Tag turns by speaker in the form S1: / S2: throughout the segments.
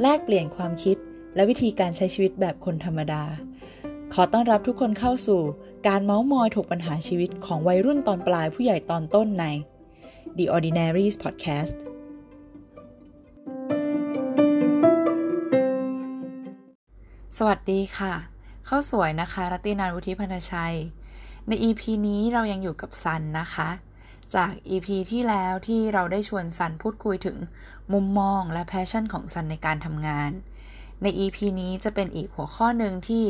S1: แลกเปลี่ยนความคิดและวิธีการใช้ชีวิตแบบคนธรรมดา ขอต้อนรับทุกคนเข้าสู่การเมาส์มอยถกปัญหาชีวิตของวัยรุ่นตอนปลายผู้ใหญ่ตอนต้นใน The Ordinaries Podcast สวัสดีค่ะ เข้าสวยนะคะ รัตตินานวุฒิพันธชัย ใน EP นี้เรายังอยู่กับซันนะคะ จาก EP ที่แล้วที่เราได้ชวนซันพูดคุยถึงมุมมองและแพชชั่นของซันในการทำงาน ใน EP นี้จะเป็นอีกหัวข้อหนึ่งที่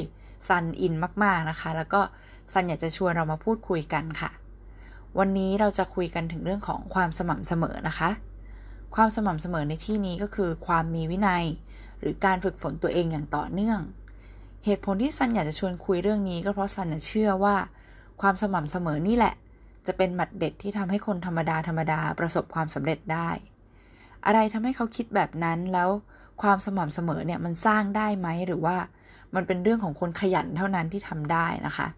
S1: ซันอินมากๆนะคะ แล้วก็ซันอยากจะชวนเรามาพูดคุยกันค่ะ วันนี้เราจะคุยกันถึงเรื่องของความสม่ำเสมอนะคะ ความสม่ำเสมอในที่นี้ก็คือความมีวินัย หรือการฝึกฝนตัวเองอย่างต่อเนื่อง เหตุผลที่ซันอยากจะชวนคุยเรื่องนี้ก็เพราะซันน่ะเชื่อว่า ความสม่ำเสมอนี่แหละ จะเป็นหมัดเด็ดที่ทำให้คนธรรมดาธรรมดาประสบความสำเร็จได้ อะไรทำให้เขาคิดแบบนั้นแล้วความสม่ำเสมอเนี่ยมันสร้างได้ไหมหรือว่ามันเป็นเรื่องของคนขยันเท่านั้นที่ทำได้นะคะ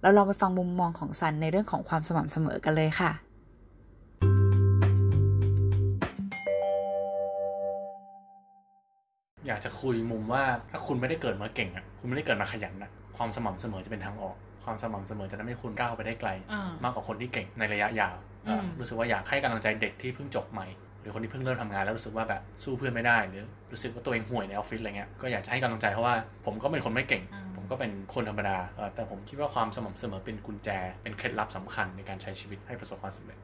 S1: แล้วลองไปฟังมุมมองของซันในเรื่องของความสม่ำเสมอกันเลยค่ะ
S2: อยากจะคุยมุมว่าถ้าคุณไม่ได้เกิดมาเก่งอ่ะ คุณไม่ได้เกิดมาขยันอ่ะ ความสม่ำเสมอจะเป็นทางออก ความสม่ำเสมอจะทำให้คุณก้าวไปได้ไกล มากกว่าคนที่เก่งในระยะยาวเอ่ออ
S1: ม
S2: รู้สึกว่าอยากให้กำลังใจเด็กที่เพิ่งจบใหม่ หรือคนที่เพิ่งเริ่มทำงานแล้วรู้สึกว่าแบบสู้เพื่อนไม่ได้ หรือรู้สึกว่าตัวเองห่วยในออฟฟิศอะไรเงี้ย ก็อยากจะให้กำลังใจเพราะว่าผมก็เป็นคนไม่เก่ง
S1: อ่า
S2: ผมก็เป็นคนธรรมดาเอ่อแต่ผมคิดว่าความสม่ำเสมอเป็นกุญแจ เป็นเคล็ดลับสำคัญในการใช้ชีวิตให้ประสบความสำเร็จ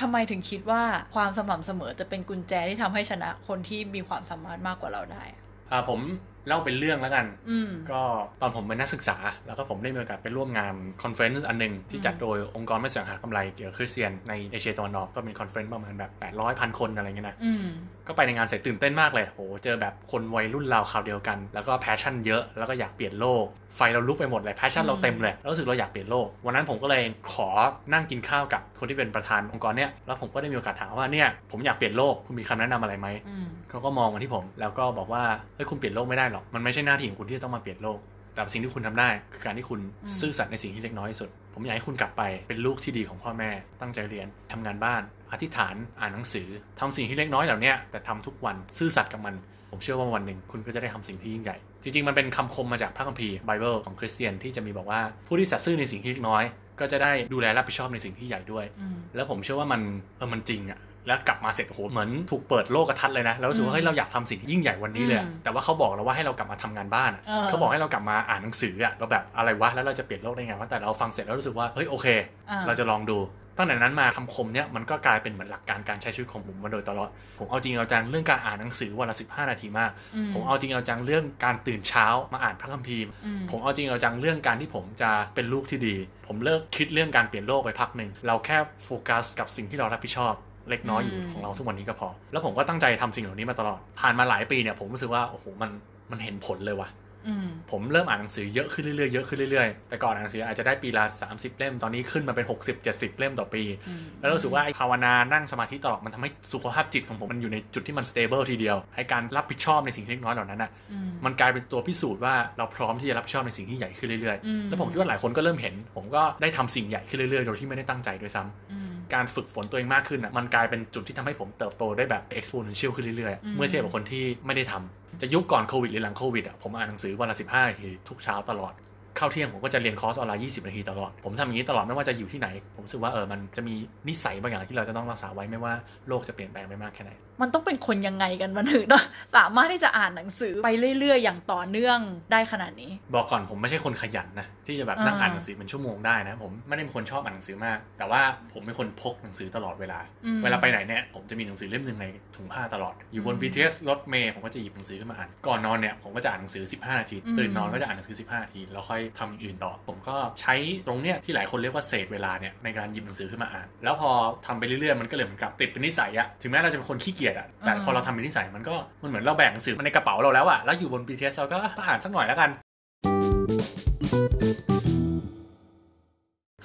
S3: ทำไมถึงคิดว่าความสม่ำเสมอจะเป็นกุญแจที่ทำให้ชนะคนที่มีความสามารถมากกว่าเราได้อะ
S2: อ่าผมเล่าเป็นเรื่องแล้วกัน
S3: อืม
S2: ก็ตอนผมเป็นนักศึกษา แล้วก็ผมได้มีโอกาสไปร่วมงานคอนเฟรนซ์อันหนึ่งที่
S3: อืม
S2: จัดโดยองค์กรไม่เสียหากำไรเกี่ยวกับคริสเตียนในเอเชียตะวันออกก็เป็นคอนเฟรนซ์ประมาณแบบ 800พันคนอะไรเงี้ยนะ
S3: อืม
S2: ก็ไปในงานเสร็จตื่นเต้นมากเลยโหเจอแบบคนวัยรุ่นราวคราวเดียวกัน แล้วก็แพชชั่นเยอะ แล้วก็อยากเปลี่ยนโลก ไฟเราลุกไปหมดเลย แพชชั่นเราเต็มเลยแล้วรู้สึกเราอยากเปลี่ยนโลก วันนั้นผมก็เลยขอนั่งกินข้าวกับคนที่เป็นประธานองค์กรเนี่ย แล้วผมก็ได้มีโอกาสถามว่าเนี่ยผมอยากเปลี่ยนโลก คุณมีคำแนะนำอะไรไหม
S3: อืม
S2: เขาก็มองมาที่ผมแล้วก็บอกว่าเฮ้ยคุณเปลี่ยนโลกไม่ได้หรอก มันไม่ใช่หน้าที่ของคุณที่จะต้องมาเปลี่ยนโลก แต่สิ่งที่คุณทำได้คือการที่คุณ
S3: อืม
S2: ซื่อสัตย์ในสิ่งที่เล็กน้อยที่สุด ผมอยากให้คุณกลับไปเป็นลูกที่ดีของพ่อแม่ ตั้งใจเรียนทำงานบ้าน อธิษฐานอ่านหนังสือทำสิ่งที่เล็กน้อยเหล่าเนี้ยแต่ทำทุกวันซื่อสัตย์กับมัน ผมเชื่อว่าวันหนึ่งคุณก็จะได้ทำสิ่งที่ยิ่งใหญ่ จริงๆ มันเป็นคำคมมาจากพระคัมภีร์ไบเบิลของคริสเตียนที่จะมีบอกว่าผู้ที่สัตย์ซื่อในสิ่งที่เล็กน้อย ก็จะได้ดูแลรับผิดชอบในสิ่งที่ใหญ่ด้วย
S3: อืม
S2: แล้วผมเชื่อว่ามันเออมันจริงอะแล้วกลับมาเสร็จโอ้โหเหมือนถูกเปิดโลกทัศน์เลยนะ แล้วรู้สึกว่า
S3: อืม
S2: เฮ้ยเราอยากทำสิ่งที่ยิ่งใหญ่วันนี้เลยอะ
S3: อืม
S2: แต่ว่าเขาบอกเราว่าให้เรากลับมาทำงานบ้านอะ
S3: เออ
S2: เขาบอกให้เรากลับมาอ่านหนังสืออะเราแบบอะไรวะแล้วเราจะเปลี่ยนโลกได้ไงวะแต่เราฟังเสร็จแล้วรู้สึกว่าเฮ้ยโอเค
S3: อ่า
S2: เราจะลองดู ตั้งแต่นั้นมาคำคมเนี่ยมันก็กลายเป็นเหมือนหลักการการใช้ชีวิตของผมมาโดยตลอด ผมเอาจริงเอาจังเรื่องการอ่านหนังสือวันละ15 นาทีมาก
S3: อื
S2: ผมเอาจริงเอาจังเรื่องการตื่นเช้ามาอ่านพระคัมภีร์
S3: อืม
S2: ผมเอาจริงเอาจังเรื่องการที่ผมจะเป็นลูกที่ดี ผมเลิกคิดเรื่องการเปลี่ยนโลกไปพักหนึ่ง เราแค่โฟกัสกับสิ่งที่เรารับผิดชอบ เล็กน้อยอยู่
S3: อืม
S2: ของเราทุกวันนี้ก็พอ แล้วผมก็ตั้งใจทำสิ่งเหล่านี้มาตลอด ผ่านมาหลายปีเนี่ยผมรู้สึกว่าโอ้โหมันมันเห็นผลเลยว่ะ
S3: อืม
S2: ผมเริ่มอ่านหนังสือเยอะขึ้นเรื่อยๆเยอะขึ้นเรื่อยๆแต่ก่อนอ่านหนังสืออาจจะได้ปีละ30 เล่มตอนนี้ขึ้นมาเป็น 60 70 เล่มต่อปี
S3: อืม
S2: แล้วรู้สึกว่าไอ้ภาวนานั่งสมาธิตลอดมันทำให้สุขภาพจิตของผมมันอยู่ในจุดที่มันสเตเบิลทีเดียวไอ้การรับผิดชอบในสิ่งเล็กน้อยเหล่านั้นน่ะ
S3: อืม
S2: มันกลายเป็นตัวพิสูจน์ว่าเราพร้อมที่จะรับผิดชอบในสิ่งที่ใหญ่ขึ้นเรื่อย
S3: อืม
S2: ๆ แล้วผมคิดว่าหลายคนก็เริ่มเห็น ผมก็ได้ทำสิ่งใหญ่ขึ้นเรื่อยๆ โดยที่ไม่ได้ตั้งใจด้วยซ้ำ
S3: อืม
S2: การฝึกฝนตัวเองมากขึ้นอ่ะ มันกลายเป็นจุดที่ทำให้ผมเติบโตได้แบบ exponential ขึ้นเรื่อย
S3: อื
S2: ๆ
S3: ม
S2: เมื่อเทียบกับคนที่ไม่ได้ทำจะยุคก่อนโควิดหรือหลังโควิดอ่ะ ผมอ่านหนังสือวันละ15นาทีทุกเช้าตลอด เข้าเที่ยงผมก็จะเรียนคอร์สออนไลน์20 นาทีตลอด ผมทำอย่างนี้ตลอดไม่ว่าจะอยู่ที่ไหน ผมรู้สึกว่าเออ มันจะมีนิสัยบางอย่างที่เราจะต้องรักษาไว้ไม่ว่าโลกจะเปลี่ยนแปลงไปมากแค่ไหน
S3: มันต้องเป็นคนยังไงกันมันถึงจะ สามารถที่จะอ่านหนังสือไปเรื่อย ๆ อย่างต่อเนื่องได้ขนาดนี้
S2: บอกก่อนผมไม่ใช่คนขยันนะ ที่จะแบบนั่ง
S3: อ่า
S2: อ่านหนังสือเป็นชั่วโมงได้นะ ผมไม่ได้เป็นคนชอบอ่านหนังสือมาก แต่ว่าผมเป็นคนพกหนังสือตลอดเวลา
S3: อืม
S2: เวลาไปไหนเนี่ยผมจะมีหนังสือเล่มหนึ่งในถุงผ้าตลอด อยู่บน
S3: อืม
S2: BTS รถเมล์ผมก็จะหยิบหนังสือขึ้นมาอ่าน ก่อนนอนเนี่ยผมก็จะอ่านหนังสือ 15 นาที
S3: อืม
S2: ตื่นนอนก็จะอ่านหนังสือ 15 นาที แล้วค่อยทำอย่างอื่นต่อ ผมก็ใช้ตรงเนี้ยที่หลายคนเรียกว่าเศษเวลาเนี่ยในการหยิบหนังสือขึ้นมาอ่าน แล้วพอทำไปเรื่อยๆมันก็เลยเหมือนกับติดเป็นนิสัยอะถึงแม้เราจะเป็นคนขี้เกียจอะแต่พอเราทำเป็นนิสัยมันก็มันเหมือนเราแบ่งหนังสือมันในกระเป๋าเราแล้วอะแล้วอยู่บน BTS เราก็อ่ะอ่านสักหน่อยแล้วกัน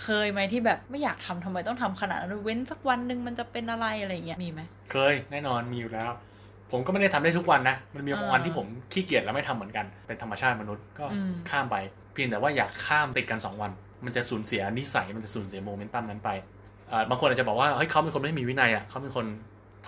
S3: เคยไหมที่แบบไม่อยากทำทำไมต้องทำขนาดนั้นเว้นสักวันหนึ่งมันจะเป็นอะไรอะไรเงี้ยมีไหม
S2: เคยแน่นอนมีอยู่แล้ว ผมก็ไม่ได้ทำได้ทุกวันนะ มันมีบางวัน
S3: อ่า
S2: ที่ผมขี้เกียจแล้วไม่ทำเหมือนกันเป็นธรรมชาติมนุษย์ก็
S3: อืม
S2: ข้ามไป เพียงแต่ว่าอยากข้ามติดกัน 2 วัน มันจะสูญเสียนิสัยมันจะสูญเสียโมเมนตัมนั้นไป อ่าบางคนอาจจะบอกว่าเฮ้ยเขาเป็นคนไม่มีวินัยอ่ะเขาเป็นคน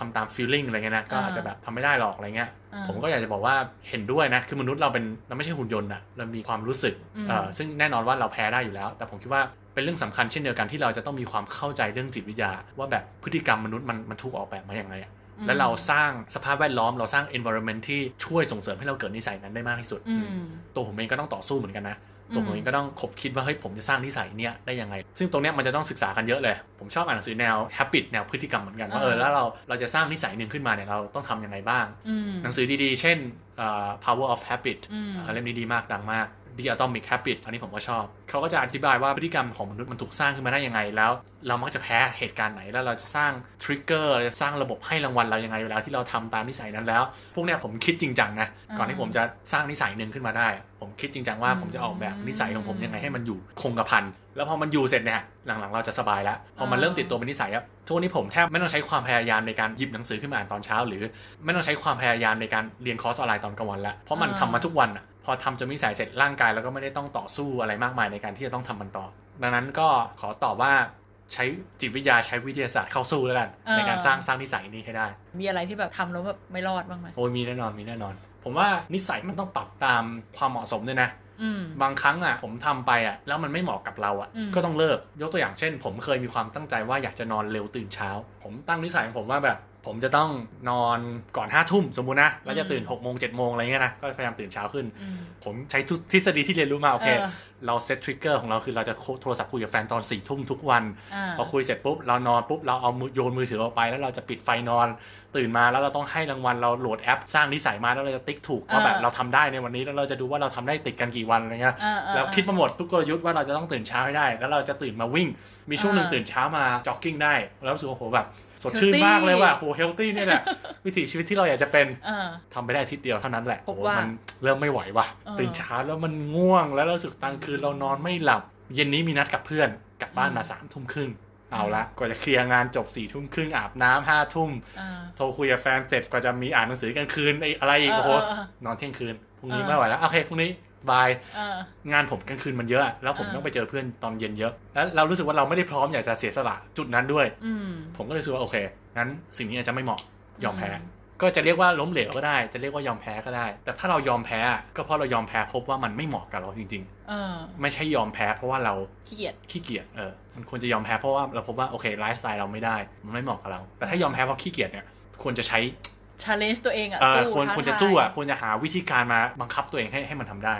S2: ทำตาม feeling อะไรเงี้ยนะก็
S3: อ่า
S2: อาจจะแบบทำไม่ได้หรอกอะไรเงี้ย
S3: อ่า
S2: ผมก็อยากจะบอกว่าเห็นด้วยนะคือมนุษย์เราเป็นเราไม่ใช่หุ่นยนต์อะเรามีความรู้สึก
S3: อืม
S2: เอ่อซึ่งแน่นอนว่าเราแพ้ได้อยู่แล้ว แต่ผมคิดว่าเป็นเรื่องสำคัญเช่นเดียวกันที่เราจะต้องมีความเข้าใจเรื่องจิตวิทยา ว่าแบบพฤติกรรมมนุษย์มันมันถูกออกแบบมาอย่างไรอะ และเราสร้างสภาพแวดล้อมเราสร้าง environment ที่ช่วยส่งเสริมให้เราเกิดนิสัยนั้นได้มากที่สุด
S3: อืม
S2: ตัวผมเองก็ต้องต่อสู้เหมือนกันนะ
S3: อืม
S2: ตัวผมเองก็ต้องขบคิดว่าเฮ้ยผมจะสร้างนิสัยเนี้ยได้ยังไง ซึ่งตรงเนี้ยมันจะต้องศึกษากันเยอะเลย ผมชอบอ่านหนังสือแนว habit แนวพฤติกรรมเหมือนกันว่าเออแล้วเราเราจะสร้างนิสัยหนึ่งขึ้นมาเนี่ยเราต้องทำยังไงบ้าง
S3: อืม
S2: หนังสือดีๆ เช่นเอ่อ power of habit
S3: อืม
S2: อ่าเล่มนี้ดีมากดังมาก The Atomic Habit อันนี้ผมก็ชอบ เขาก็จะอธิบายว่าพฤติกรรมของมนุษย์มันถูกสร้างขึ้นมาได้ยังไงแล้ว เรามักจะแพ้เหตุการณ์ไหนแล้วเราจะสร้าง trigger เราจะสร้างระบบให้รางวัลเรายังไงเวลาที่เราทำตามนิสัยนั้นแล้ว พวกเนี้ยผมคิดจริงจังนะก่อนที่ผมจะสร้างนิสัยหนึ่งขึ้นมาได้ ผมคิดจริงจังว่า
S3: อืม
S2: ผมจะออกแบบนิสัยของผมยังไงให้มันอยู่คงกระพันแล้วพอมันอยู่เสร็จเนี่ยหลังๆ เราจะสบายแล้วพอมัน
S3: อ่า
S2: เริ่มติดตัวเป็นนิสัยครับทุกวันนี้ผมแทบไม่ต้องใช้ความพยายามในการหยิบหนังสือขึ้นมาอ่านตอนเช้าหรือ ไม่ต้องใช้ความพยายามในการเรียนคอร์สออนไลน์ตอนกลางวันละเพราะมัน
S3: อ่า
S2: ทำมาทุกวันอะพอทำจนนิสัยเสร็จร่างกายแล้วก็ไม่ได้ต้องต่อสู้อะไรมากมายในการที่จะต้องทำมันต่อ ดังนั้นก็ขอตอบว่าใช้จิตวิทยาใช้วิทยาศาสตร์เข้าสู้แล้วกัน ในการสร้างสร้างนิสัยนี้ให้ได้
S3: มีอะไรที่แบบทำแล้วแบบไม่รอดบ้างไหม
S2: โอ้ยมีแน่นอนมีแน่นอน ผมว่านิสัยมันต้องปรับตามความเหมาะสมด้วยนะ
S3: อืม
S2: บางครั้งอ่ะผมทำไปอ่ะแล้วมันไม่เหมาะกับเราอ่ะ
S3: อืม
S2: ก็ต้องเลิกยกตัวอย่างเช่น ผมเคยมีความตั้งใจว่าอยากจะนอนเร็วตื่นเช้า ผมตั้งนิสัยของผมว่าแบบ ผมจะต้องนอนก่อนห้าทุ่มสมมุตินะแล้วจะตื่น6กโมงเจ็ดโมงอะไรเงี้ยนะก็พยายามตื่นเช้าขึ้น
S3: อืม
S2: ผมใช้ทฤษฎีที่เรียนรู้มาโอเค
S3: เออ
S2: เราเซตทริกเกอร์ของเราคือเราจะโทรศัพท์คุยกับแฟนตอนสี่ทุ่มทุกวัน
S3: อ่า
S2: พอคุยเสร็จปุ๊บเรานอนปุ๊บเราเอามือโยนมือถือออกไปแล้วเราจะปิดไฟนอน ตื่นมาแล้วเราต้องให้รางวัลเราโหลดแอป สร้างนิสัยมาแล้วเราจะติ๊กถูกว่า
S3: อ่า
S2: แบบเราทำได้ในวันนี้แล้วเราจะดูว่าเราทำได้ติดกันกี่วันอะไรเงี้ย
S3: อ่าอ่
S2: แล้วคิดมาหมดทุกกลยุทธ์ว่าเราจะต้องตื่นเช้าให้ได้ แล้วเราจะตื่นมาวิ่ง มีช่วงหนึ่งตื่นเช้ามาจ็อกกิ้งได้ แล้วรู้สึกว่าโหแบบสดชื่นมากเลยว่ะโหเฮลตี้เนี่ยแหละ วิถีชีวิตที่เราอยากจะเป็น
S3: อ่า
S2: ทำไปได้อาทิตย์เดียวเท่านั้นแหละ
S3: พบ
S2: โอ้
S3: ว่ามั
S2: มันเริ่มไม่ไหวว่ะ
S3: เออ
S2: ตื่นเช้าแล้วมันง่วง แล้วรู้สึกกลางคืนเรานอนไม่หลับ เย็นนี้มีนัดกับเพื่อนกลับบ้านมา
S3: อืม
S2: สามทุ่มครึ่งเอาละกว่าจะเคลียร์งานจบสี่ทุ่มครึ่งอาบน้ำห้าทุ่ม
S3: อ่า
S2: โทรคุยกับแฟนเสร็จกว่าจะมีอ่านหนังสือกลางคืนไอ้อะไรอีก
S3: เออ
S2: โอ้โห
S3: เออเออน
S2: อนเที่ยงคืนพรุ่งนี้
S3: เออ
S2: ไม่ไหวแล้วโอเคพรุ่งนี้บาย
S3: อ่า
S2: งานผมกลางคืนมันเยอะแล้วผม
S3: เออ
S2: ต้องไปเจอเพื่อนตอนเย็นเยอะแล้วเรารู้สึกว่าเราไม่ได้พร้อมอยากจะเสียสละจุดนั้นด้วย
S3: อืม
S2: ผมก็เลยรู้สึกว่าโอเค งั้นสิ่งนี้อาจจะไม่เหมาะยอมแพ้
S3: อืม
S2: ก็จะเรียกว่าล้มเหลวก็ได้ จะเรียกว่ายอมแพ้ก็ได้ แต่ถ้าเรายอมแพ้อะก็เพราะเรายอมแพ้พบว่ามันไม่เหมาะกับเราจริง
S3: เออ
S2: ๆ ไม่ใช่ยอมแพ้เพราะว่าเรา
S3: ขี้เกียจ
S2: ขี้เกียจ เออ มันควรจะยอมแพ้เพราะว่าเราพบว่าโอเคไลฟ์สไตล์เราไม่ได้ มันไม่เหมาะกับเรา แต่ถ้ายอมแพ้เพราะขี้เกียจเนี่ย ควรจะใช้
S3: ชาเลนจ์ตัวเองอ่ะ
S2: เออ
S3: สู้
S2: ควร
S3: ท้า
S2: ควรจะ
S3: ทาย
S2: สู้อ่ะ ควรจะหาวิธีการมาบังคับตัวเองให้ให้มันทำได้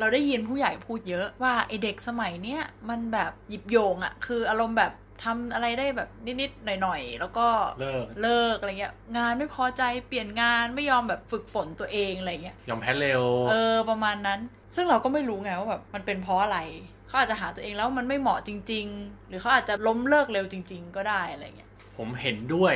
S3: เราได้ยินผู้ใหญ่พูดเยอะว่าไอเด็กสมัยเนี้ยมันแบบหยิบโยงอ่ะ คืออารมณ์แบบทำอะไรได้แบบนิดๆหน่อยๆ แล้วก็
S2: เลิก
S3: เลิกอะไรเงี้ย งานไม่พอใจเปลี่ยนงานไม่ยอมแบบฝึกฝนตัวเองอะไรเงี้ย
S2: ยอมแพ้เร็ว
S3: เออประมาณนั้น ซึ่งเราก็ไม่รู้ไงว่าแบบมันเป็นเพราะอะไร เขาอาจจะหาตัวเองแล้วมันไม่เหมาะจริง ๆ หรือเขาอาจจะล้มเลิกเร็วจริง ๆ ก็ได้อะไรเงี้ย
S2: ผมเห็นด้วย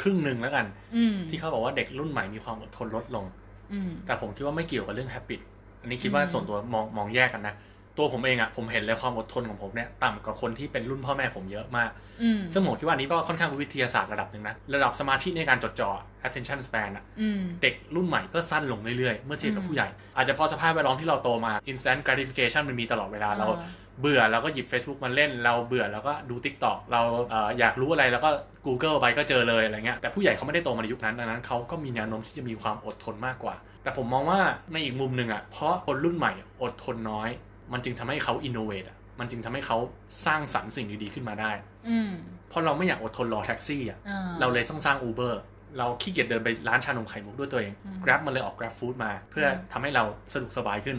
S2: ครึ่งหนึ่งแล้วกัน
S3: อืม
S2: ที่เขาบอกว่าเด็กรุ่นใหม่มีความอดทนลดลง
S3: อืม
S2: แต่ผมคิดว่าไม่เกี่ยวกับเรื่อง habit อันนี้คิดว่า
S3: อืม
S2: ส่วนตัวมองมองแยกกันนะ ตัวผมเองอะ่ะผมเห็นเลยความอดทนของผมเนี่ยต่ำกว่าคนที่เป็นรุ่นพ่อแม่ผมเยอะมาก
S3: อืม
S2: ซึ่งผมคิดว่าอันนี้ก็ค่อนข้างเป็นวิทยาศาสตร์ระดับหนึ่งนะ ระดับสมาธิในการจดจ่อ attention span อะ
S3: อืม
S2: เด็กรุ่นใหม่ก็สั้นลงเรื่อยๆ เมื่อเทียบกับ
S3: อืม
S2: ผู้ใหญ่ อาจจะเพอสภาพแวดล้อมที่เราโตมา instant gratification มันมีตลอดเวลาเรา
S3: อ่า
S2: เบื่อเราก็หยิบ Facebook มาเล่น เราเบื่อเราก็ดู TikTok เราเอ่ออยากรู้อะไรเราก็ Google ไปก็เจอเลยอะไรเงี้ยแต่ผู้ใหญ่เขาไม่ได้โตมาในยุคนั้นดังนั้นเขาก็มีแนวโน้มที่จะมีความอดทนมากกว่า แต่ผมมองว่าในอีกมุมหนึ่งอ่ะเพราะคนรุ่นใหม่อดทนน้อย มันจึงทำให้เขาอินโนเวทอ่ะมันจึงทำให้เขาสร้างสรรค์สิ่งดีๆขึ้นมาได้
S3: อืม
S2: เพราะเราไม่อยากอดทนรอแท็กซี่อ่ะ
S3: อ่
S2: เราเลยต้องสร้าง Uber เราขี้เกียจเดินไปร้านชานมไข่มุกด้วยตัวเอง
S3: อืม
S2: Grab มันเลยออก Grab Food มา เพื่อทำให้เราสะดวกสบายขึ้น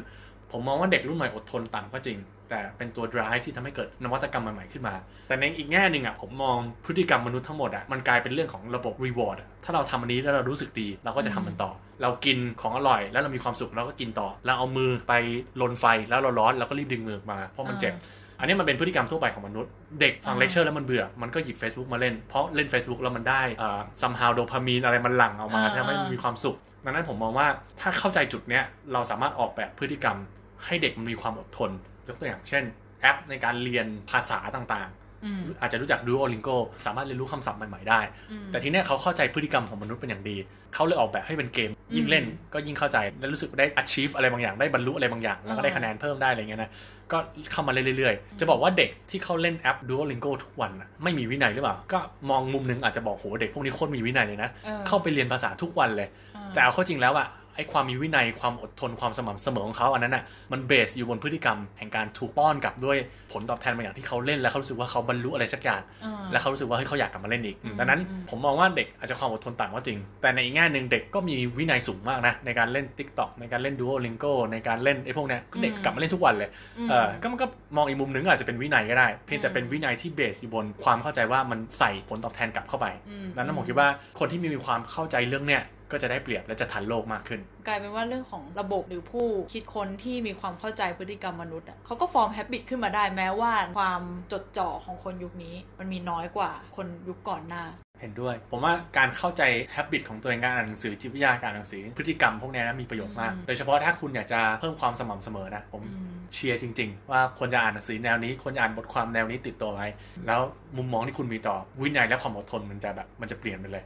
S2: ผมมองว่าเด็กรุ่นใหม่อดทนต่ำก็จริง แต่เป็นตัว drive ที่ทำให้เกิดนวัตกรรมใหม่ๆขึ้นมา แต่ในอีกแง่หนึ่งอ่ะผมมองพฤติกรรมมนุษย์ทั้งหมดอ่ะมันกลายเป็นเรื่องของระบบ reward อะถ้าเราทำอันนี้แล้วเรารู้สึกดี เราก็จะทำมันต่อ เรากินของอร่อย แล้วเรามีความสุขเราก็กินต่อ เราเอามือไปลนไฟแล้วเราร้อนเราก็รีบดึงมือออกมาเพราะมันเจ็บ
S3: อ่า
S2: อันนี้มันเป็นพฤติกรรมทั่วไปของมนุษย์ เด็กฟัง
S3: อ่า
S2: เลคเชอร์แล้วมันเบื่อ มันก็หยิบ Facebook มาเล่น เพราะเล่น Facebook แล้วมันได้เอ่อ somehow โดพามีนอะไรมันหลั่งออกมาทำให้มันมีความสุข ดังนั้นผมมองว่าถ้าเข้าใจจุดเนี้ยเราสามารถออกแบบพฤติกรรม ให้เด็กมันมีความอดทน ยกตัวอย่างเช่น แอปในการเรียนภาษาต่าง
S3: อืม
S2: อาจจะรู้จัก Duolingo สามารถเรียนรู้คำศัพท์ใหม่ๆได้
S3: อืม
S2: แต่ทีเนี้ยเขาเข้าใจพฤติกรรมของมนุษย์เป็นอย่างดี เขาเลยออกแบบให้เป็นเกม ยิ่งเล่น
S3: อืม
S2: ก็ยิ่งเข้าใจ และรู้สึกได้ achieve อะไรบางอย่าง ได้บรรลุอะไรบางอย่าง แล้วก็ได้คะแนนเพิ่มได้อะไรเงี้ยนะ ก็เข้ามาเรื่อยๆ จะบอกว่าเด็กที่เขาเล่นแอป Duolingo ทุกวันน่ะไม่มีวินัยหรือเปล่า ก็มองมุมหนึงอาจจะบอกโหเด็กพวกนี้โคตรมีวินัยเลยนะ
S3: เออ
S2: เข้าไปเรียนภาษาทุกวันเลย แต่เอาเข้าจริงแล้วอะไอ้ความมีวินัยความอดทนความสม่ำเสมอของเขาอันนั้นอะมันเบสอยู่บนพฤติกรรมแห่งการถูกป้อนกลับด้วยผลตอบแทนบางอย่างที่เขาเล่นแล้วเขารู้สึกว่าเขาบรรลุอะไรสักอย่าง
S3: อ่า
S2: แล้วเขารู้สึกว่าเฮ้ยเขาอยากกลับมาเล่นอีก
S3: อืม
S2: ดังนั้น
S3: อืม
S2: ผมมองว่าเด็กอาจจะความอดทนต่างว่าจริง แต่ในอีกแง่หนึ่งเด็กก็มีวินัยสูงมากนะ ในการเล่น Tik t o อกในการเล่น Duolingo ในการเล่นไอ้พวกเนี้ยเด็กกลับมาเล่นทุกวันเลย
S3: ม
S2: เออก็มันก็มองอีกมุมหนึ่งก็อาจจะเป็นวินัยก็ได้ เพียงแต่
S3: อืม
S2: เป็นวินัยที่เบสอยู่บนความเข้าใจว่ามันใส่ผลตอบแทนกลับเข้าไป
S3: ม
S2: ดังนั้นผมคิดว่าคนที่มีความเข้าใจเรื่องเนี้ยก็จะได้เปรียบและจะทันโลกมากขึ้น
S3: กลายเป็นว่าเรื่องของระบบหรือผู้คิดคนที่มีความเข้าใจพฤติกรรมมนุษย์อะเขาก็ฟอร์มแฮบิตขึ้นมาได้แม้ว่าความจดจ่อของคนยุคนี้ มันมีน้อยกว่าคนยุคก่อนหน้า
S2: เห็นด้วย ผมว่าการเข้าใจ h a b i t ของตัวเองการอ่านหนังสือจิตวิทยาการอ่านหนังสือพฤติกรรมพวกเนี้ยนะมีประโยชน์มาก
S3: อืม
S2: โดยเฉพาะถ้าคุณอยากจะเพิ่มความสม่ำเสมอนะผม
S3: อืม
S2: เชียร์จริง ๆ ว่าควรจะอ่านหนังสือแนวนี้ควรจะอ่านบทความแนวนี้ติดตัวไว้ แล้วมุมมองที่คุณมีต่อวินัยและความอดทนมันจะแบบมันจะเปลี่ยนไปเลย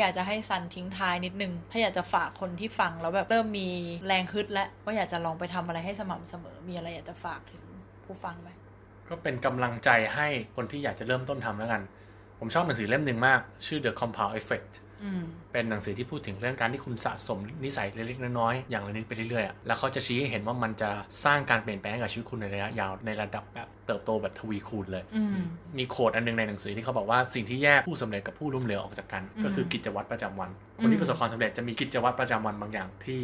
S3: อยากจะให้ซันทิ้งท้ายนิดนึง ถ้าอยากจะฝากคนที่ฟังแล้วแบบเริ่มมีแรงฮึดแล้วว่าอยากจะลองไปทำอะไรให้สม่ำเสมอ มีอะไรอยากจะฝากถึงผู้ฟังไหม
S2: ก็เป็นกำลังใจให้คนที่อยากจะเริ่มต้นทำแล้วกัน ผมชอบหนังสือเล่มหนึ่งมาก ชื่อ The Compound Effect
S3: อืม
S2: เป็นหนังสือที่พูดถึงเรื่องการที่คุณสะสมนิสัยเล็กๆน้อยๆอย่างละนิดไปเรื่อยๆอะแล้วเขาจะชี้ให้เห็นว่ามันจะสร้างการเปลี่ยนแปลงให้กับชีวิตคุณในระยะยาวในระดับแบบเติบโตแบบทวีคูณเลย
S3: อืม
S2: มีโคดอันหนึงในหนังสือที่เขาบอกว่าสิ่งที่แยกผู้สำเร็จกับผู้ล้มเหลวออกจากกัน
S3: อืม
S2: ก็คือกิจวัตรประจำวัน
S3: อื
S2: ค
S3: ม
S2: นที่ประสบความสำเร็จจะมีกิจวัตรประจำวันบางอย่างที่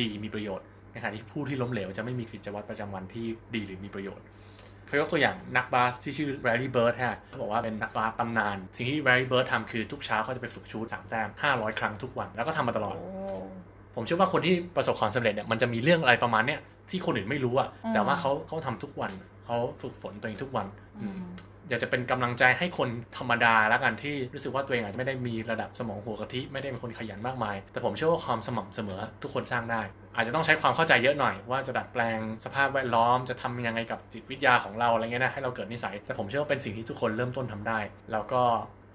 S2: ดีมีประโยชน์ในขณะที่ผู้ที่ล้มเหลวจะไม่มีกิจวัตรประจำวันที่ดีหรือมีประโยชน์เขายกตัวอย่างนักบาสที่ชื่อแบร r ี่เบิร์ดฮะเขาบอกว่าเป็นนักบาสตำนาน สิ่งที่แบร r ี่เบิร์ดทำคือทุกเช้าเขาจะไปฝึกชูตสามแต้ม500 ครั้งทุกวันแล้วก็ทำมาตลอด
S3: โอ้
S2: ผมเชื่อว่าคนที่ประสบความสำเร็จเนี่ยมันจะมีเรื่องอะไรประมาณเนี้ยที่คนอื่นไม่รู้อะ
S3: อืม
S2: แต่ว่าเขาเขาทำทุกวันเขาฝึกฝนตัวเองทุกวัน
S3: อื
S2: อืม
S3: ม
S2: อยากจะเป็นกำลังใจให้คนธรรมดาแล้วกันที่รู้สึกว่าตัวเองอาจจะไม่ได้มีระดับสมองหัวกะทิไม่ได้เป็นคนขยันมากมาย แต่ผมเชื่อว่าความสม่ำเสมอทุกคนสร้างได้ อาจจะต้องใช้ความเข้าใจเยอะหน่อย ว่าจะดัดแปลงสภาพแวดล้อมจะทำยังไงกับจิตวิทยาของเราอะไรเงี้ยนะให้เราเกิดนิสัย แต่ผมเชื่อว่าเป็นสิ่งที่ทุกคนเริ่มต้นทำได้ แล้วก็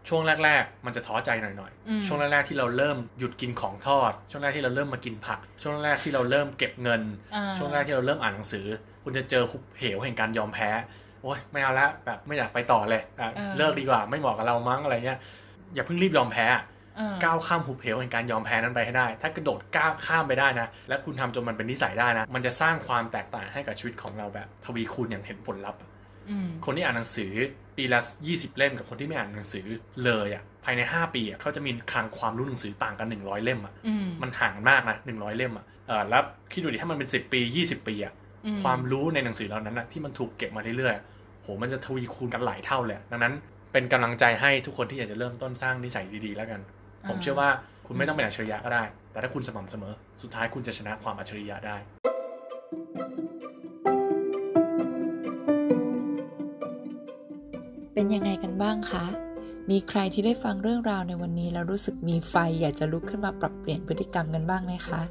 S2: ช่วงแรก ๆ มันจะท้อใจหน่อย
S3: อืม
S2: ๆช่วงแรกๆที่เราเริ่มหยุดกินของทอด ช่วงแรกที่เราเริ่มมากินผัก ช่วงแรกๆที่เราเริ่มเก็บเงิน
S3: อ่า
S2: ช่วงแรกที่เราเริ่มอ่านหนังสือ คุณจะเจอหุบเหวแห่งการยอมแพ้ โอ๊ยไม่เอาละแบบไม่อยากไปต่อเลยแบบ
S3: เออ
S2: เลิกดีกว่าไม่เหมาะกับเรามั้งอะไรเงี้ยอย่าเพิ่งรีบยอมแพ้อะ
S3: อ่
S2: ก้าวข้ามหุบเหวแห่งการยอมแพ้นั้นไปให้ได้ ถ้ากระโดดก้าวข้ามไปได้นะ และคุณทำจนมันเป็นนิสัยได้นะ มันจะสร้างความแตกต่างให้กับชีวิตของเราแบบทวีคูณอย่างเห็นผลลัพธ์อะ
S3: อืม
S2: คนที่อ่านหนังสือปีละ 20 เล่มกับคนที่ไม่อ่านหนังสือเลยอ่ะภายใน 5 ปีอ่ะเขาจะมีคลังความรู้หนังสือต่างกัน 100 เล่มอ่ะ
S3: อืม
S2: มันห่างกันมากนะ100 เล่มอ่ะเออแล้วคิดดูดิถ้ามันเป็น 10 ปี 20 ปีอ่ะ
S3: อื
S2: ความรู้ในหนังสือเหล่านั้นนะที่มันถูกเก็บมาเรื่อยๆ โห มันจะทวีคูณกันหลายเท่าเลย ดังนั้นเป็นกำลังใจให้ทุกคนที่อยากจะเริ่มต้นสร้างนิสัยดีๆ แล้วกัน ผมเชื่อว่าคุณไม่ต้องเป็นอัจฉริยะก็ได้ แต่ถ้าคุณสม่ำเสมอ สุดท้ายคุณจะชนะความอัจฉริยะได้
S1: เป็นยังไงกันบ้างคะ มีใครที่ได้ฟังเรื่องราวในวันนี้ แล้วรู้สึกมีไฟ อยากจะลุกขึ้นมาปรับเปลี่ยนพฤติกรรมกันบ้างไหมคะ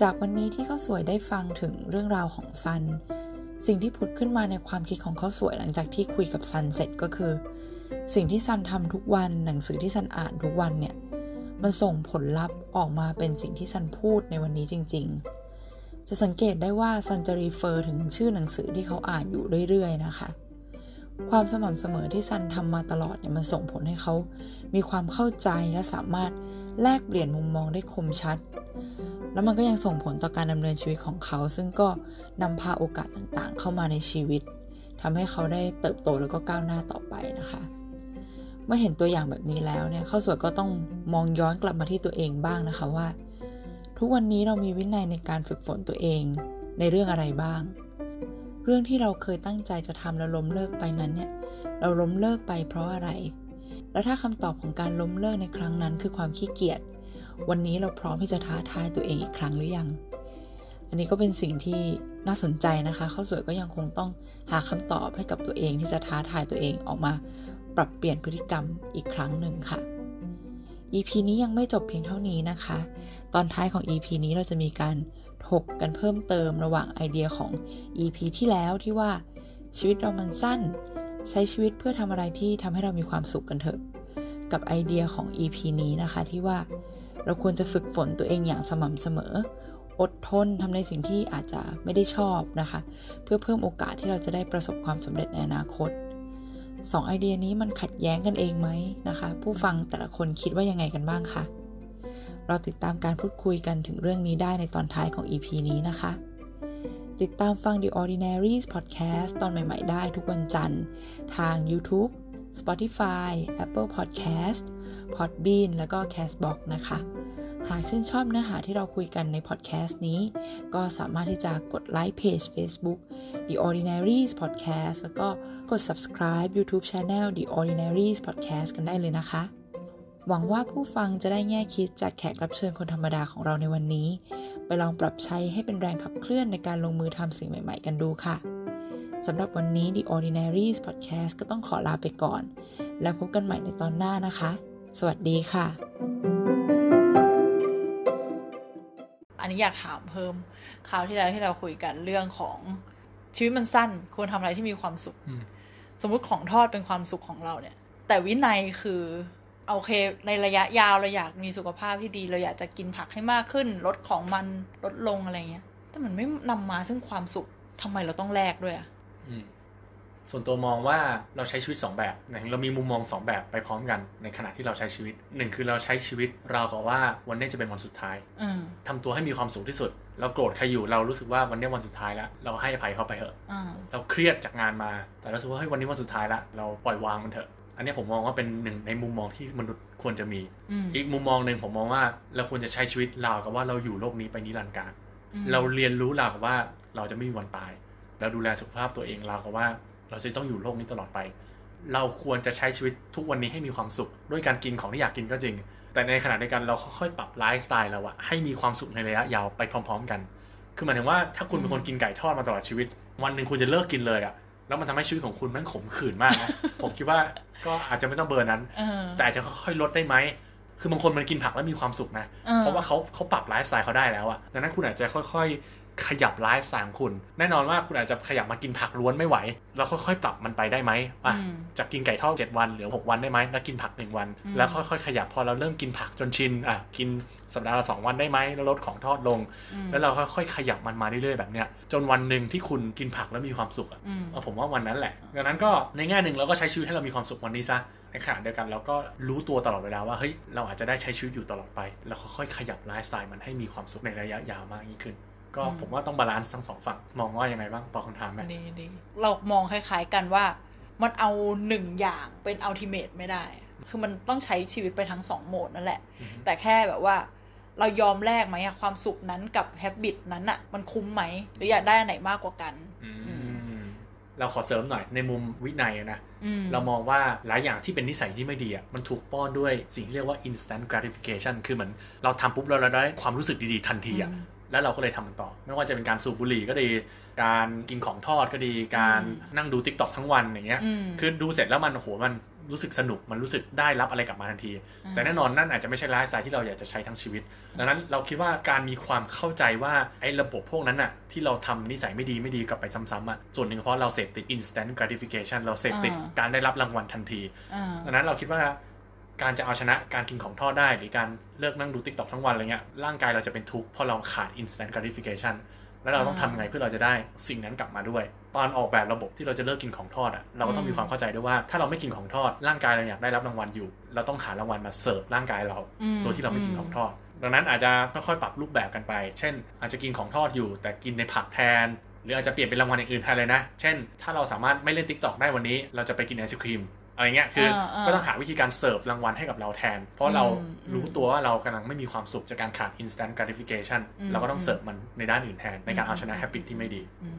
S1: จากวันนี้ที่ข้าวสวยได้ฟังถึงเรื่องราวของซัน สิ่งที่ผุดขึ้นมาในความคิดของข้าวสวยหลังจากที่คุยกับซันเสร็จก็คือ สิ่งที่ซันทำทุกวันหนังสือที่ซันอ่านทุกวันเนี่ย มันส่งผลลัพธ์ออกมาเป็นสิ่งที่ซันพูดในวันนี้จริง ๆ จะสังเกตได้ว่าซันจะรีเฟอร์ถึงชื่อหนังสือที่เขาอ่านอยู่เรื่อยๆนะคะ ความสม่ำเสมอที่ซันทำมาตลอดเนี่ยมันส่งผลให้เขา มีความเข้าใจและสามารถแลกเปลี่ยนมุมมองได้คมชัด แล้วมันก็ยังส่งผลต่อการดำเนินชีวิตของเขา ซึ่งก็นำพาโอกาสต่างๆ เข้ามาในชีวิตทำให้เขาได้เติบโตแล้วก็ก้าวหน้าต่อไปนะคะ เมื่อเห็นตัวอย่างแบบนี้แล้วเนี่ยข้าวสวยก็ต้องมองย้อนกลับมาที่ตัวเองบ้างนะคะว่า ทุกวันนี้เรามีวินัยในการฝึกฝนตัวเองในเรื่องอะไรบ้าง เรื่องที่เราเคยตั้งใจจะทำแล้วล้มเลิกไปนั้นเนี่ย เราล้มเลิกไปเพราะอะไร แล้วถ้าคำตอบของการล้มเลิกในครั้งนั้นคือความขี้เกียจ วันนี้เราพร้อมที่จะท้าทายตัวเองอีกครั้งหรือยัง อันนี้ก็เป็นสิ่งที่น่าสนใจนะคะข้าวสวยก็ยังคงต้องหาคำตอบให้กับตัวเองที่จะท้าทายตัวเองออกมา ปรับเปลี่ยนพฤติกรรมอีกครั้งหนึ่งค่ะ EP นี้ยังไม่จบเพียงเท่านี้นะคะ ตอนท้ายของ EP นี้เราจะมีการ ถกกันเพิ่มเติมระหว่างไอเดียของ EP ที่แล้วที่ว่าชีวิตเรามันสั้น ใช้ชีวิตเพื่อทำอะไรที่ทำให้เรามีความสุขกันเถอะ กับไอเดียของ EP นี้นะคะที่ว่าเราควรจะฝึกฝนตัวเองอย่างสม่ำเสมอ อดทนทำในสิ่งที่อาจจะไม่ได้ชอบนะคะ เพื่อเพิ่มโอกาสที่เราจะได้ประสบความสำเร็จในอนาคตสองไอเดียนี้มันขัดแย้งกันเองไหมนะคะ ผู้ฟังแต่ละคนคิดว่ายังไงกันบ้างคะ เราติดตามการพูดคุยกันถึงเรื่องนี้ได้ในตอนท้ายของ EP นี้นะคะ ติดตามฟัง The Ordinaries Podcast ตอนใหม่ ๆ ได้ทุกวันจันทร์ ทาง YouTube Spotify Apple Podcast Podbean แล้วก็ Castbox นะคะ หากชื่นชอบเนื้อหาที่เราคุยกันในพอดแคสต์นี้ ก็สามารถที่จะกดไลค์เพจ Facebook The Ordinaries Podcast แล้วก็กด subscribe YouTube Channel The Ordinaries Podcast กันได้เลยนะคะ หวังว่าผู้ฟังจะได้แง่คิดจากแขกรับเชิญคนธรรมดาของเราในวันนี้ ไปลองปรับใช้ให้เป็นแรงขับเคลื่อนในการลงมือทำสิ่งใหม่ๆกันดูค่ะ สำหรับวันนี้ The Ordinaries Podcast ก็ต้องขอลาไปก่อน แล้วพบกันใหม่ในตอนหน้านะคะ สวัสดีค่ะ
S3: อันนี้อยากถามเพิ่มคราวที่แล้วที่เราคุยกันเรื่องของชีวิตมันสั้น ควรทำอะไรที่มีความสุข
S2: อืม
S3: สมมุติของทอดเป็นความสุขของเราเนี่ย แต่วินัยคือโอเค ในระยะยาวเราอยากมีสุขภาพที่ดี เราอยากจะกินผักให้มากขึ้น ลดของมันลดลงอะไรเงี้ย แต่มันไม่นำมาซึ่งความสุขทำไมเราต้องแลกด้วยอะ
S2: อืมส่วนตัวมองว่าเราใช้ชีวิต 2 แบบหมายถึงเรามีมุมมอง 2 แบบไปพร้อมกันในขณะที่เราใช้ชีวิตหนึ่งคือเราใช้ชีวิตเราวกับว่าวันนี้จะเป็นวันสุดท้าย
S3: เออ
S2: ทำตัวให้มีความสุขที่สุด เราโกรธใครอยู่เรารู้สึกว่าวันนี้วันสุดท้ายแล้ว เราให้อภัยเขาไปเถอะ
S3: อ่า
S2: เราเครียดจากงานมา แต่เรารู้สึกว่าเฮ้ยวันนี้วันสุดท้ายละเราปล่อยวางมันเถอะ อันนี้ผมมองว่าเป็นหนึ่งในมุมมองที่มนุษย์ควรจะมี
S3: อืม
S2: อีกมุมมองหนึ่งผมมองว่าเราควรจะใช้ชีวิตราวกับว่าเราอยู่โลกนี้ไปนิรันดร์การ
S3: อืม
S2: เราเรียนรู้ราวกับว่าเราจะไม่มีวันตาย เราดูแลสุขภาพตัวเองราวกับว่า เราจะต้องอยู่โลกนี้ตลอดไป เราควรจะใช้ชีวิตทุกวันนี้ให้มีความสุข ด้วยการกินของที่อยากกินก็จริง แต่ในขณะเดียวกันเราค่อยๆปรับไลฟ์สไตล์เราอะให้มีความสุขในระยะยาวไปพร้อม ๆ กัน คือหมายถึงว่าถ้าคุณเป็นคนกินไก่ทอดมาตลอดชีวิต วันหนึ่งคุณจะเลิกกินเลยอะแล้วมันทำให้ชีวิตของคุณมันขมขื่นมากนะ ผมคิดว่าก็อาจจะไม่ต้องเบอร์นั้น
S3: เออ
S2: แต่อาจจะค่อยๆลดได้ไหม คือบางคนมันกินผักแล้วมีความสุขนะ
S3: ออ
S2: เพราะว่าเขาเขาปรับไลฟ์สไตล์เขาได้แล้วอะดังนั้นคุณอาจจะค่อยๆ ขยับไลฟ์สไตล์ของคุณ แน่นอนว่าคุณอาจจะขยับมากินผักล้วนไม่ไหว เราค่อยๆ ปรับมันไปได้ไหมอ่ะ
S3: อืม
S2: จากกินไก่ทอด7วันเหลือ 6 วันได้ไหม แล้วกินผัก 1 วัน
S3: อืม
S2: แล้วค่อยๆ ขยับพอเราเริ่มกินผักจนชิน อ่ะ กินสัปดาห์ละ2วันได้ไหม แล้วลดของทอดลง
S3: อืม
S2: แล้วเราค่อยๆ ขยับมันมาเรื่อยๆ แบบเนี้ย จนวันหนึ่งที่คุณกินผักแล้วมีความสุขอะ
S3: อืม
S2: เอาผมว่าวันนั้นแหละ ดังนั้นก็ในแง่หนึ่งเราก็ใช้ชีวิตให้เรามีความสุขวันนี้ซะ ในขณะเดียวกันเราก็รู้ตัวตลอดเวลาว่าเฮ้ยเราอาจจะได้ใช้ชีวิตอยู่ตลอดไป แล้วค่อยๆขยับไลฟ์สไตล์มันให้มีความสุขในระยะยาวมากยิ่งขึ้น ก็
S3: อืม
S2: ผมว่าต้องบาลานซ์ทั้งสองฝั่ง มองว่ายังไงบ้างตอบคำถามไหม
S3: ดีดีเรามองคล้ายๆกันว่า มันเอาหนึ่งอย่างเป็นอัลติเมทไม่ได้อะคือมันต้องใช้ชีวิตไปทั้งสองโหมดนั่นแหละ
S2: อือฮึ
S3: แต่แค่แบบว่าเรายอมแลกไหมอะความสุขนั้นกับแฮบบิตนั้นอะมันคุ้มไหม หรืออยากได้อันไหนมากกว่ากัน
S2: อืมเราขอเสริมหน่อยในมุมวินัยอะนะ
S3: อืม
S2: เรามองว่าหลายอย่างที่เป็นนิสัยที่ไม่ดีอ่ะมันถูกป้อนด้วยสิ่งที่เรียกว่า instant gratification คือเหมือนเราทำปุ๊บแล้วเราได้ความรู้สึกดีๆทันทีอ่ะ
S3: อืม
S2: แล้วเราก็เลยทำมันต่อ ไม่ว่าจะเป็นการสูบบุหรี่ก็ดี การกินของทอดก็ดี การ
S3: อืม
S2: นั่งดูทิกตอกทั้งวันอย่างเงี้ย
S3: อืม
S2: คือดูเสร็จแล้วมันโอ้โหมันรู้สึกสนุก มันรู้สึกได้รับอะไรกลับมาทันที
S3: อืม
S2: แต่แน่นอนนั่นอาจจะไม่ใช่ไลฟ์สไตล์ที่เราอยากจะใช้ทั้งชีวิต ดังนั้นเราคิดว่าการมีความเข้าใจว่าไอ้ระบบพวกนั้นน่ะที่เราทำนิสัยไม่ดีไม่ดีกลับไปซ้ำๆอ่ะ ส่วนหนึ่งเพราะเราเสพติด instant gratification เราเสพติด
S3: อ่า
S2: การได้รับรางวัลทันที
S3: อ่า
S2: ดังนั้นเราคิดว่าการจะเอาชนะการกินของทอดได้ หรือการเลิกนั่งดูติ๊กต็อกทั้งวันอะไรเงี้ยร่างกายเราจะเป็นทุกข์เพราะเราขาด instant gratification แล้วเราต้องทำไงเพื่อเราจะได้สิ่งนั้นกลับมาด้วย ตอนออกแบบระบบที่เราจะเลิกกินของทอดอ่ะเราก็ต้องมีความเข้าใจด้วยว่า ถ้าเราไม่กินของทอด ร่างกายเราอยากได้รับรางวัลอยู่ เราต้องหารางวัลมาเสิร์ฟร่างกายเรา
S3: อื
S2: โดยที่เราไม่กินของทอด ดังนั้นอาจจะค่อยๆปรับรูปแบบกันไป เช่น อาจจะกินของทอดอยู่ แต่กินในผักแทน หรืออาจจะเปลี่ยนเป็นรางวัลอย่างอื่นแทนเลยนะ เช่น ถ้าเราสามารถไม่เล่น t ิ k t o k ได้วันนี้ เราจะไปกินไอศครีม อะไรเงี้ย คืออา ก็ต้องหาวิธีการเสิร์ฟรางวัลให้กับเราแทน เพราะเรา
S3: อืมอืม
S2: รู้ตัวว่าเรากำลังไม่มีความสุขจากการขาด instant gratification
S3: อืม
S2: เราก็ต้องเสิร์ฟมันในด้านอื่นแทนในการเอาชนะ
S3: อืม
S2: habit ที่ไม่ดี
S3: อืม